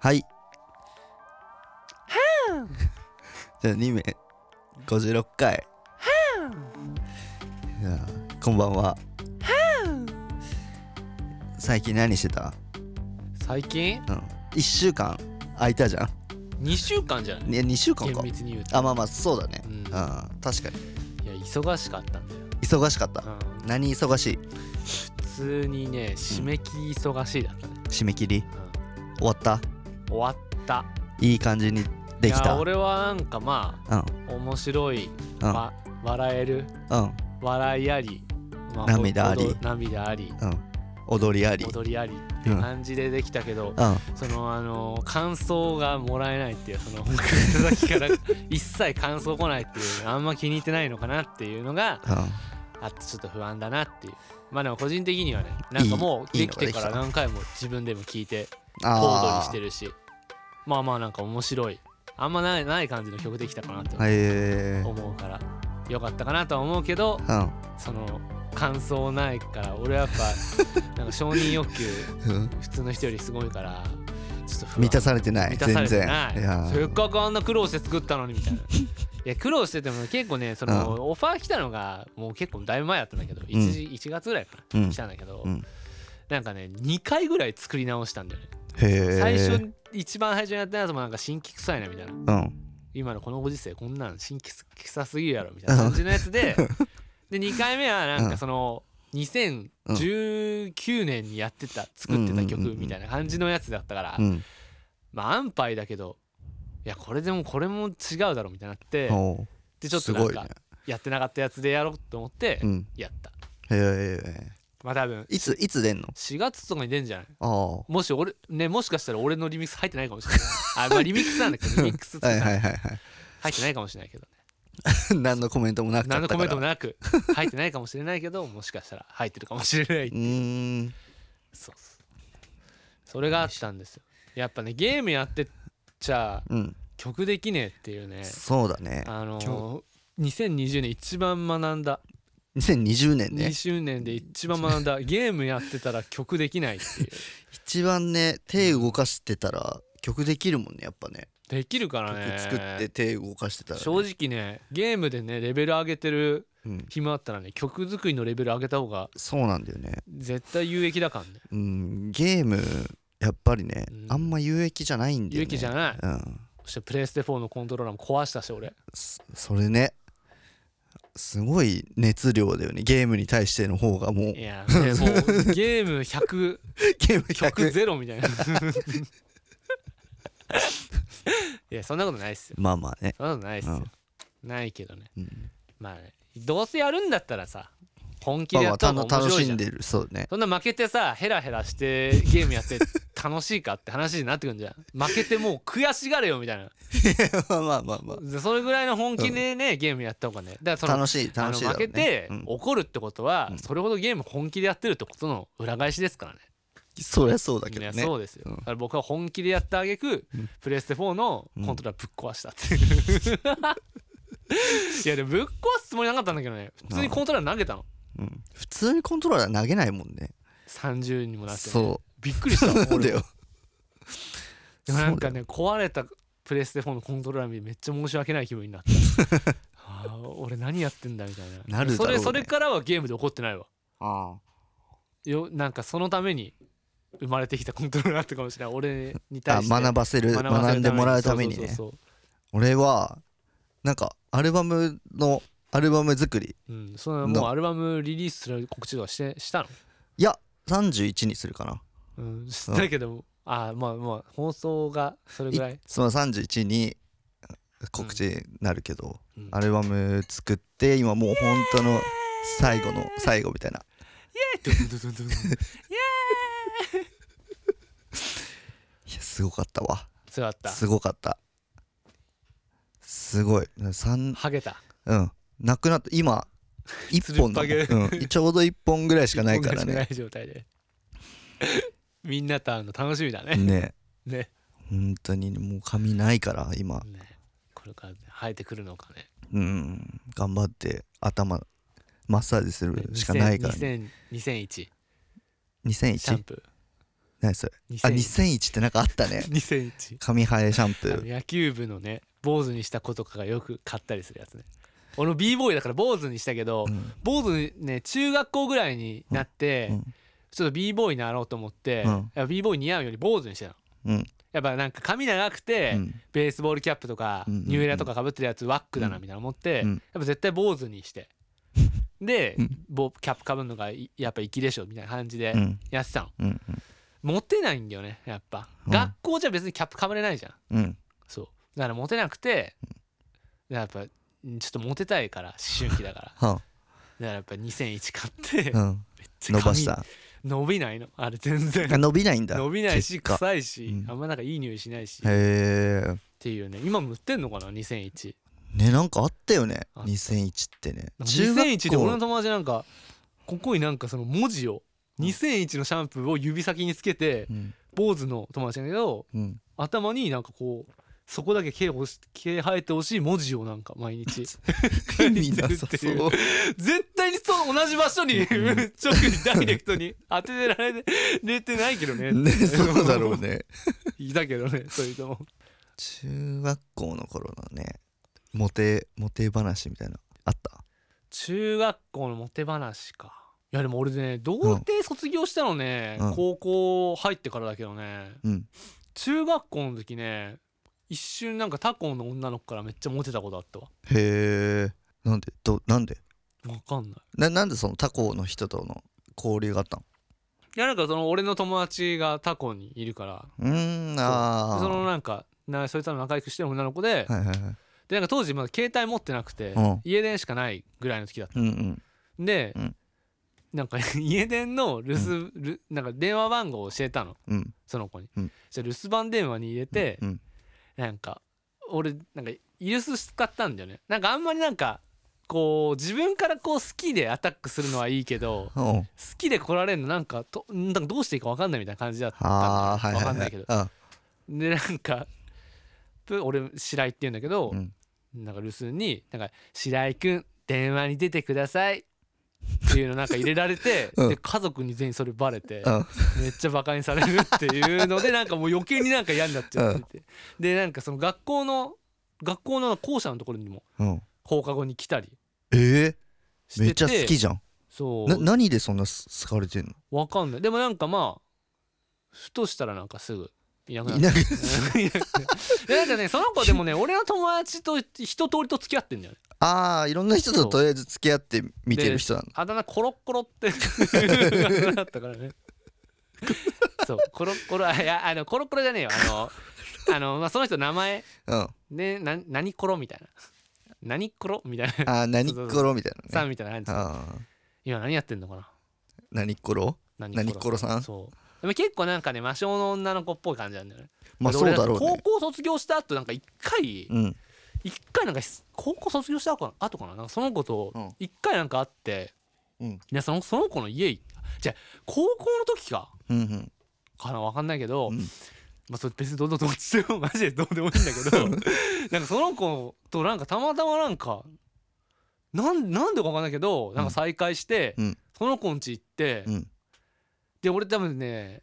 はい。 じゃあ2名、56回。いやーこんばんは。最近何してた最近うん。1週間空いたじゃ。2週間じゃなんいね、2週間厳か。密に言うとあ、まあまあ、そうだね。ううんん、確かに。いや忙しかったんだよ、忙しかったう。ん、何忙しい普通にね締め切り忙しいだったね、締め切りう終わったん、終わったいい感じにできいやた。うん。俺はなんかまうん。あ面白い、うん。わ笑えるうん。笑いあり、ま涙ありほど涙ありうん。踊りあり。踊りありって感じでできたけど、うん。そのあの感想がもらえないっていうそのさっき から一切感想来ないっていうあんま気に入ってないのかなっていうのがうあとちょっと不安だなっていうまあでも個人的にはねなんかもういいできてかいいのができたら何回も自分でも聞いてん。コードにあしてるしまあまあなんか面白いあんまないない感じの曲できたかなとあ。へえ。思うからよかったかなとは思うけどうその感想ないから俺はやっ ぱなんか承認欲求ん。普通の人よりすごいからちょっと不安満たされてない満たさ全れて然ないやせっかくあんな苦労して作ったのにみ たいないや苦労してても結構ねその、うオファー来たのがもう結構だいぶ前だったんだけど 1,、一時一月ぐらいかな、うん来たんだけど、うんなんかね2回ぐらい作り直したんだよね、へえ最初一番最初にやったやつもなんか新規臭いなみたいなうん今のこのご時世こんなん新規臭すぎるやろみたいな感じのや つでで2回目はなんうんかその2019年にやってた作ってた曲みたいな感じのやつだったから、うんまあ安牌だけどいやこれでもこれも違うだろみたいになっておうでちょっすとなんごいねかやってなかったやつでやろうと思ってうんやった、へえまあ多分いついつ出んの4月とかに出んじゃないあもし俺ねもしかしたら俺のリミックス入ってないかもし れないあまあリミックスなんだけどリミックスあはい入はいはいはい ってないかもしれないけどね何のコメントもなく何のコメントもななく入ってないかもしれないけどもしかしたら入ってるかもしれないうーんそうそうそれがあったんですよやっぱねゲームやってっちゃうん曲できねえっていうねそうだねあのー2020年一番学んだ2020年ね2周年で一番学 んだゲームやってたら曲できないっていう一番ね手動かしてたら曲できるもんねやっぱねできるからね曲作って手動かしてたらね正直ねゲームでねレベル上げてるうん暇あったらね曲作りのレベル上げた方がそうなんだよね絶対有益だからねうんゲームやっぱりねうんあんま有益じゃないんだ有よね益じゃないうんそしてプレイステ4のコントローラーも壊したし俺そそれねすごい熱量だよねゲームに対しての方がもういゲ やでもうゲーム100ーム曲100ゼロみ たいないやそんなことないっすよまあまあね、そんなことないっすようないけどねうん、まあねどうせやるんだったらさ本気まであやっまたあ方が楽面楽白いしじゃんんでるそう ねそんな負けてさヘラヘラしてゲームやって楽しいかって話になってくるんじゃん負けてもう悔しがれよみたいなまあまあまあまでそれぐらいの本気でね、ゲームやった方がねだかあらその楽しいあ楽のしいだ負ろうけねてうん怒るってことは、うんそれほどゲーム本気でやってるってことの裏返しですからねそりゃそうだけどいやねそうですよ、うんだから僕は本気でやったあげく、うんプレステ4のコントローラーぶっ壊したっていう、 いやでもぶっ壊すつもりなかったんだけどね普通にコントローラー投げたのうん、普通にコントローラー投げないもんね30にもなって、ね、そびっくりしたうもんなん だよでもなんそかうだね壊れたプレステ4のコントローラー見てめっちゃ申し訳ない気分になった はあ俺何やってんだみたいななるだろうねそれそれからはゲームで怒ってないわあよなんかそのために生まれてきたコントローラーってかもしれない俺にあ対して学ばせる学ばせるためにんでもらうためにねそうそうそう俺はなんかアルバムのアルバム作りそううんそのものうアルバムリリースする告知とかしてしたの、いや31にするかなうん、だけどあまあまあ放送がそれぐらいいその31に告知になるけど、うんアルバム作って今もう本当の最後の最後みたいなドゥンドゥンドゥンドゥンドゥンいやすごかったわ そうだったすごかったすごい3ハゲたうんなくなった今1本だもん、つるっぱうん、ちょうど1本ぐらいしかないから友ね達もない状態でみんなと会うの楽しみだねねね本当にもう髪ないから今ねこれから生えてくるのかねうん頑張って頭マッサージするしかないから、ね、 2000 2001シャン 2001? プ何それあ2001ってなんかあったね2001紙生えシャンプあのー野球部のね坊主にした子とかがよく買ったりするやつね俺も b ボーイだから坊主にしたけど、うん坊主ね中学校ぐらいになって、うんちょっと b ボーイになろうと思って、うんやっぱ b ボーイ似合うより坊主にしてたのうんやっぱなんか髪長くて、うんベースボールキャップとか、うんうんうんニューエラとかかぶってるやつワックだなみたいな思って、うんやっぱ絶対坊主にしてで、うんボキャップかぶるのがいやっぱ粋でしょみたいな感じでうんやってたの、うんモテないんだよねやっぱ、うん学校じゃ別にキャップかぶれないじゃんうんそうだからモテなくて、だからやっぱんちょっとモテたいから思春期だからだかはらやっぱ2001買って、あうんめっちゃ伸髪ばした伸びないのあれ全然あ伸びないんだ伸びないし結果臭いし、うんあんまなんかいい匂いしないし、っへえていうね今も売ってんのかな2001ねなんかあったよねあった2001ってねなんか中学2001で俺の校友達なんかここになんかその文字をうん2001のシャンプーを指先につけてうん坊主の友達だけどうん頭になんかこうそこだけ毛ほし毛生えてほしい文字をなんか毎 日意書い味てなるさってそいうう絶対にそう同じ場所にうん直にダイレクトに当てられれてないけどねねそうだろうね いたけどねそういうのも中学校の頃のねモテモテ話みたいなあった中学校のモテ話かいやでも俺ね童貞卒業したのね、うん高校入ってからだけどねうん中学校の時ね一瞬なんか他校の女の子からめっちゃモテたことあったわへえなんでどなんでわかんないななんでその他校の人との交流があったのいやなんかその俺の友達が他校にいるからうーんああでそのなんかなそいつらの仲良くしてる女の子で、はいはいはいでなんか当時まだ携帯持ってなくて、うん家電しかないぐらいの時だったうんうんで、うんなんか 家電の留守、留なんか電話番号を教えたのうんその子に、うんじゃ留守番電話に入れて、うんなんか俺なんかイルス使ったんだよねなんかあんまりなんかこう自分からこう好きでアタックするのはいいけど好うんきで来られるのなんかとなんかどうしていいか分かんないみたいな感じだったああはいはいわかはんないけどあでなんかぷ俺白井って言うんだけど、うんなんか留守になんか白井君電話に出てくださいっていうのなんか入れられて、 うんで家族に全員それバレて、うんめっちゃバカにされるっていうのでなんかもう余計になんか嫌になっちゃってて、でなんかその学校の学校の校舎のところにもうん放課後に来たりえしーててめっちゃ好きじゃんそなう何でそんなす好かれてんのわかんないでもなんかまあふとしたらなんかすぐいなくなっいなく いやなんかねその子でもね俺の友達と一通りと付き合ってんだよねああいろんな人ととりあえず付き合って見てる人なのあだ名コロッコロってあだったか らねそうコロッコロあいやあのコロッコロじゃねえよ あのあの、まあ、その人の名前うんあねな何コロみたいな何コロみたいなあ何っそうそうそこうろみたいさなねんみたいな感じああ今何やってんのかな何っころ何何っころさんそうでも結構なんかね魔性の女の子っぽい感じなんだよねまあでそうだろう俺なんねか高校卒業した後なんか一回うん一回なんかし高校卒業した後かな後かななんかその子とうん一回なんか会って、うんねそのその子の家行ったじゃあ高校の時かうんうんかなわかんないけど、うんまあそれ別にどうどうどっちでもマジでどうでもいいんだ けどなんかその子となんかたまたまなんかなんなんでかわかんないけどなんか再会して、うんその子ん家行って、うんで俺多分ね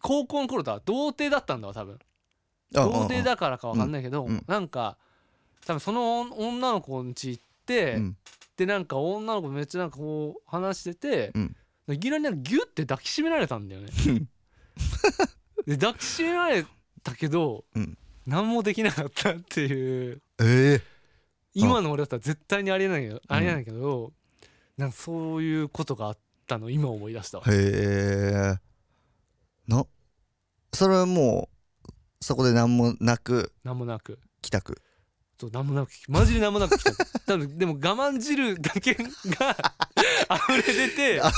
高校の頃とは童貞だったんだわ多分。あ童貞だからかわかんないけど、うんうんなんか多分その女の子の家行って、うんでなんか女の子めっちゃなんかこう話してて、うんいきなりなんかギュッて抱きしめられたんだよ ねん。で抱きしめられたけど、うん何もできなかったっていうええ今の俺だったら絶対にありえないけど、ありえないけどなんかそういうことがあったの今思い出したわ。へえなそれはもうそこで何もなく何もなく帰宅そうなんもなくマジでなんもなく来た 多分でも我慢汁だけが 溢れ出 てあ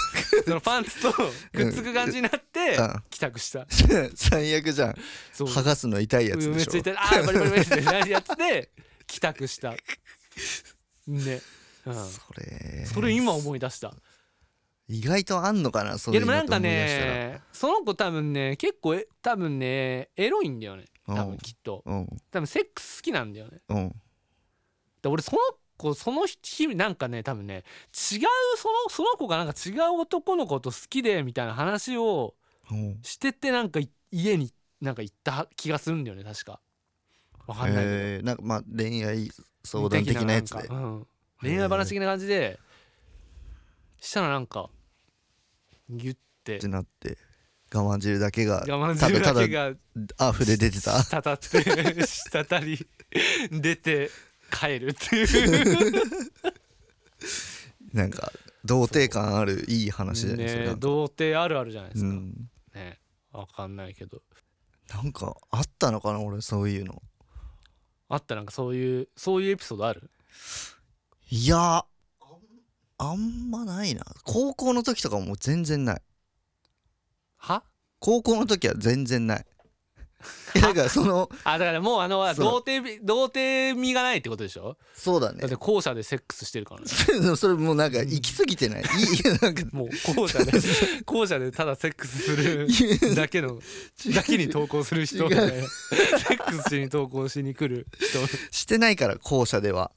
そのパンツとくっつく感じになってうん帰宅した 最悪じゃんそう剥がすの痛いやつめでっしょちゃ痛いあーバリバリバリってなるやつで帰宅したね、うん、それそれ今思い出した意外とあんのかなそいういやうでのもなんとか思い出したらねその子多分ね結構え多分ねエロいんだよね多うん分きっとうん多分セックス好きなんだよねうんで俺その子その日なんかね多分ね違うそのその子がなんか違う男の子と好きでみたいな話をうんしててなんかい家になんか行った気がするんだよね確かわかんないけど、えー、なんかまあ恋愛相談的なやつなんでかうん恋愛話的な感じでしたらなんかギュってってなって我慢汁だけが我慢汁だけが溢れ出てた 滴って滴り出て帰るっていうなんか童貞感あるいい話じゃないですか、ねなんか童貞あるあるじゃないですうか、ん、ねわかんないけどなんかあったのかな俺そういうのあったなんかそういうそういうエピソードあるいやあんまないな高校の時とかもう全然ないは高校の時は全然 ないいやだからそのあだからもうあのそ童貞び童貞味がないってことでしょそうだねだって校舎でセックスしてるから ねそれもうなんか行き過ぎてないいいなんか もう校 舎で校舎でただセックスする だけのだけに投稿する人みたいなセックスしに投稿しに来る人してないから校舎では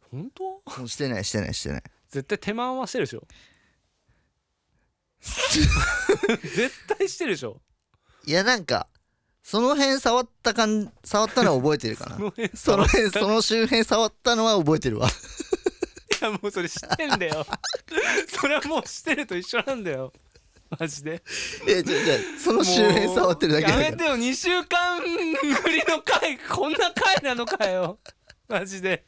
本当もうしてないしてないしてない絶対手間はしてるでしょ 絶対してるでしょいやなんかその辺触ったかん触ったのは覚えてるかな その辺その辺その周辺触ったのは覚えてる わいや もうそれ知ってんだよ それはもう知ってると一緒なんだよマジでいや違う違うその周辺触ってるだけだもうかやめてよ2週間ぶりの回こんな回なのかよマジで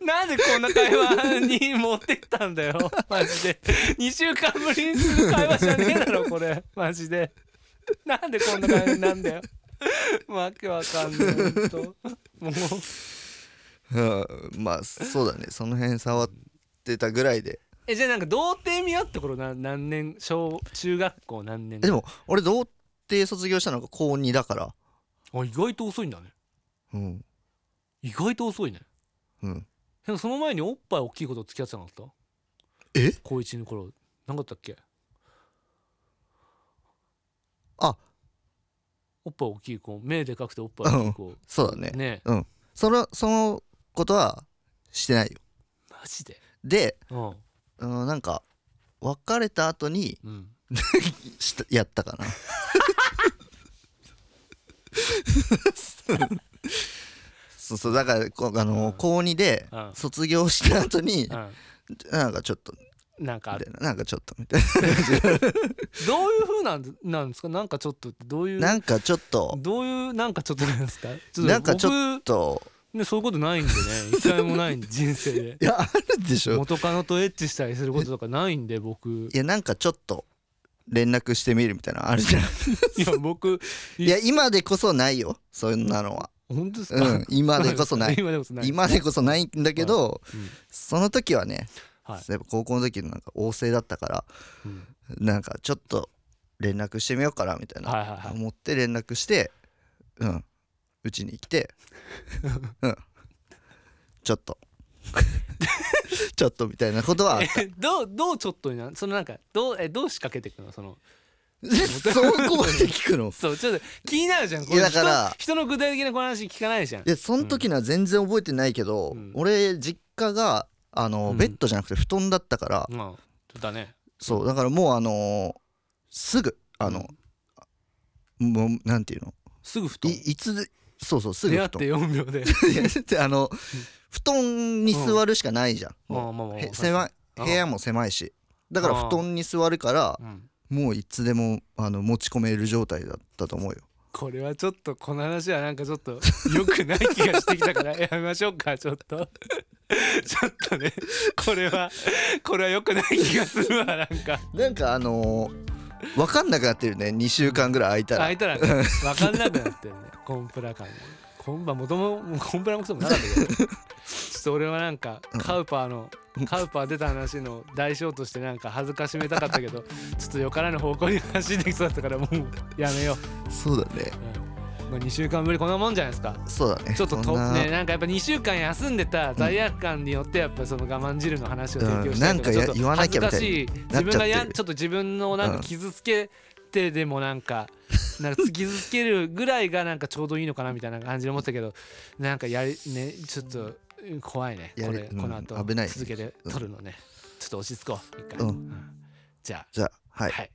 なんでこんな会話に持ってったんだよマジで2週間ぶりにする会話じゃねえだろこれマジでなんでこんな会話になんだよわけわかんないほんともうら、うん、まあそうだねその辺触ってたぐらいでえじゃあなんか童貞見合って頃な何年小中学校何年でも俺童貞卒業したのが高2だからあ意外と遅いんだねうん意外と遅いねうんでもその前におっぱい大きいこと付き合ってなかったえ高一の頃なかったっけあおっぱい大きい子目でかくておっぱい大きい子そうだねねえそのそのことはしてないよマジでで、うんうん、なんか別れた後にうんしたやったかなそうそうだからこあの、うん高2でうん卒業した後に、うなんかちょっとんなんかみあたるいななんかちょっとみたいどういう風なんなんですかなんかちょっとってどういなうなんかちょっとどういうなんかちょっとなんですかちょっとなんかちょっ僕とねそういうことないんでね一回もないんで人 生でいやあるでしょ元カノとエッチしたりすることとかないんで僕いやなんかちょっと連絡してみるみたいなのあるじゃん いや僕いや今でこそないよそんなのは本当です か、うん今でこそない 今でこそない、今でこそないんだけどうんその時はねはいやっぱ高校の時のなんか旺盛だったからうんなんかちょっと連絡してみようかなみたいな、はいはいはい思って連絡してうんうちに来 てうんちょっと ちょっとみたいなことはあったえどうどうちょっとになんそのなんかどうえどう仕掛けていくのその そこまで聞くの そうちょっと気になるじゃんこいれやだから人人の具体的なこの話聞かないじゃんいやその時のは全然覚えてないけど、うん俺実家があの、うんベッドじゃなくて布団だったから、うんそうだねそうだからもうあのーすぐあの、もうなんていうのすぐ布団いいつそうそうすぐ出布会っ団て4秒で いやだってあの布団に座るしかないじゃん、まあもまあまうあへ狭いうん部屋も狭いしだからあー布団に座るからうんもういつでもあの持ち込める状態だったと思うよこれはちょっとこの話はなんかちょっと 良くない気がしてきたからやめましょうかちょっと ちょっとねこれはこれは良くない気がするわなんかなんかあのー、分かんなくなってるね2週間ぐらい空開いいたらね分かんなくなってるねコンプラ感がコンパもとももうコンプラもクソもなかったけどちょっと俺はなんかカウパーのカウパー出た話の代償としてなんか恥ずかしめたかったけどちょっとよからぬ方向に走ってきそうだったからもうやめよたらそうだねう、うんまあ、2週間ぶりこんなもんじゃないですか そうだねちょっとそとんなねなんかやっぱ2週間休んでた罪悪感によってやっぱその我慢汁の話を提供したりとうんなんかやちょっと言わなきゃみたい恥ずかしいな自っちゃってる分がやちょっと自分のなんか傷つけてでもなんかなんか傷つけるぐらいがなんかちょうどいいのかなみたいな感じで思ってたけどなんかやりねちょっとうん怖いねやこれれうんこの後危ない続けて撮るのねちょっと落ち着こう一回うんうんじゃあじゃあはいはい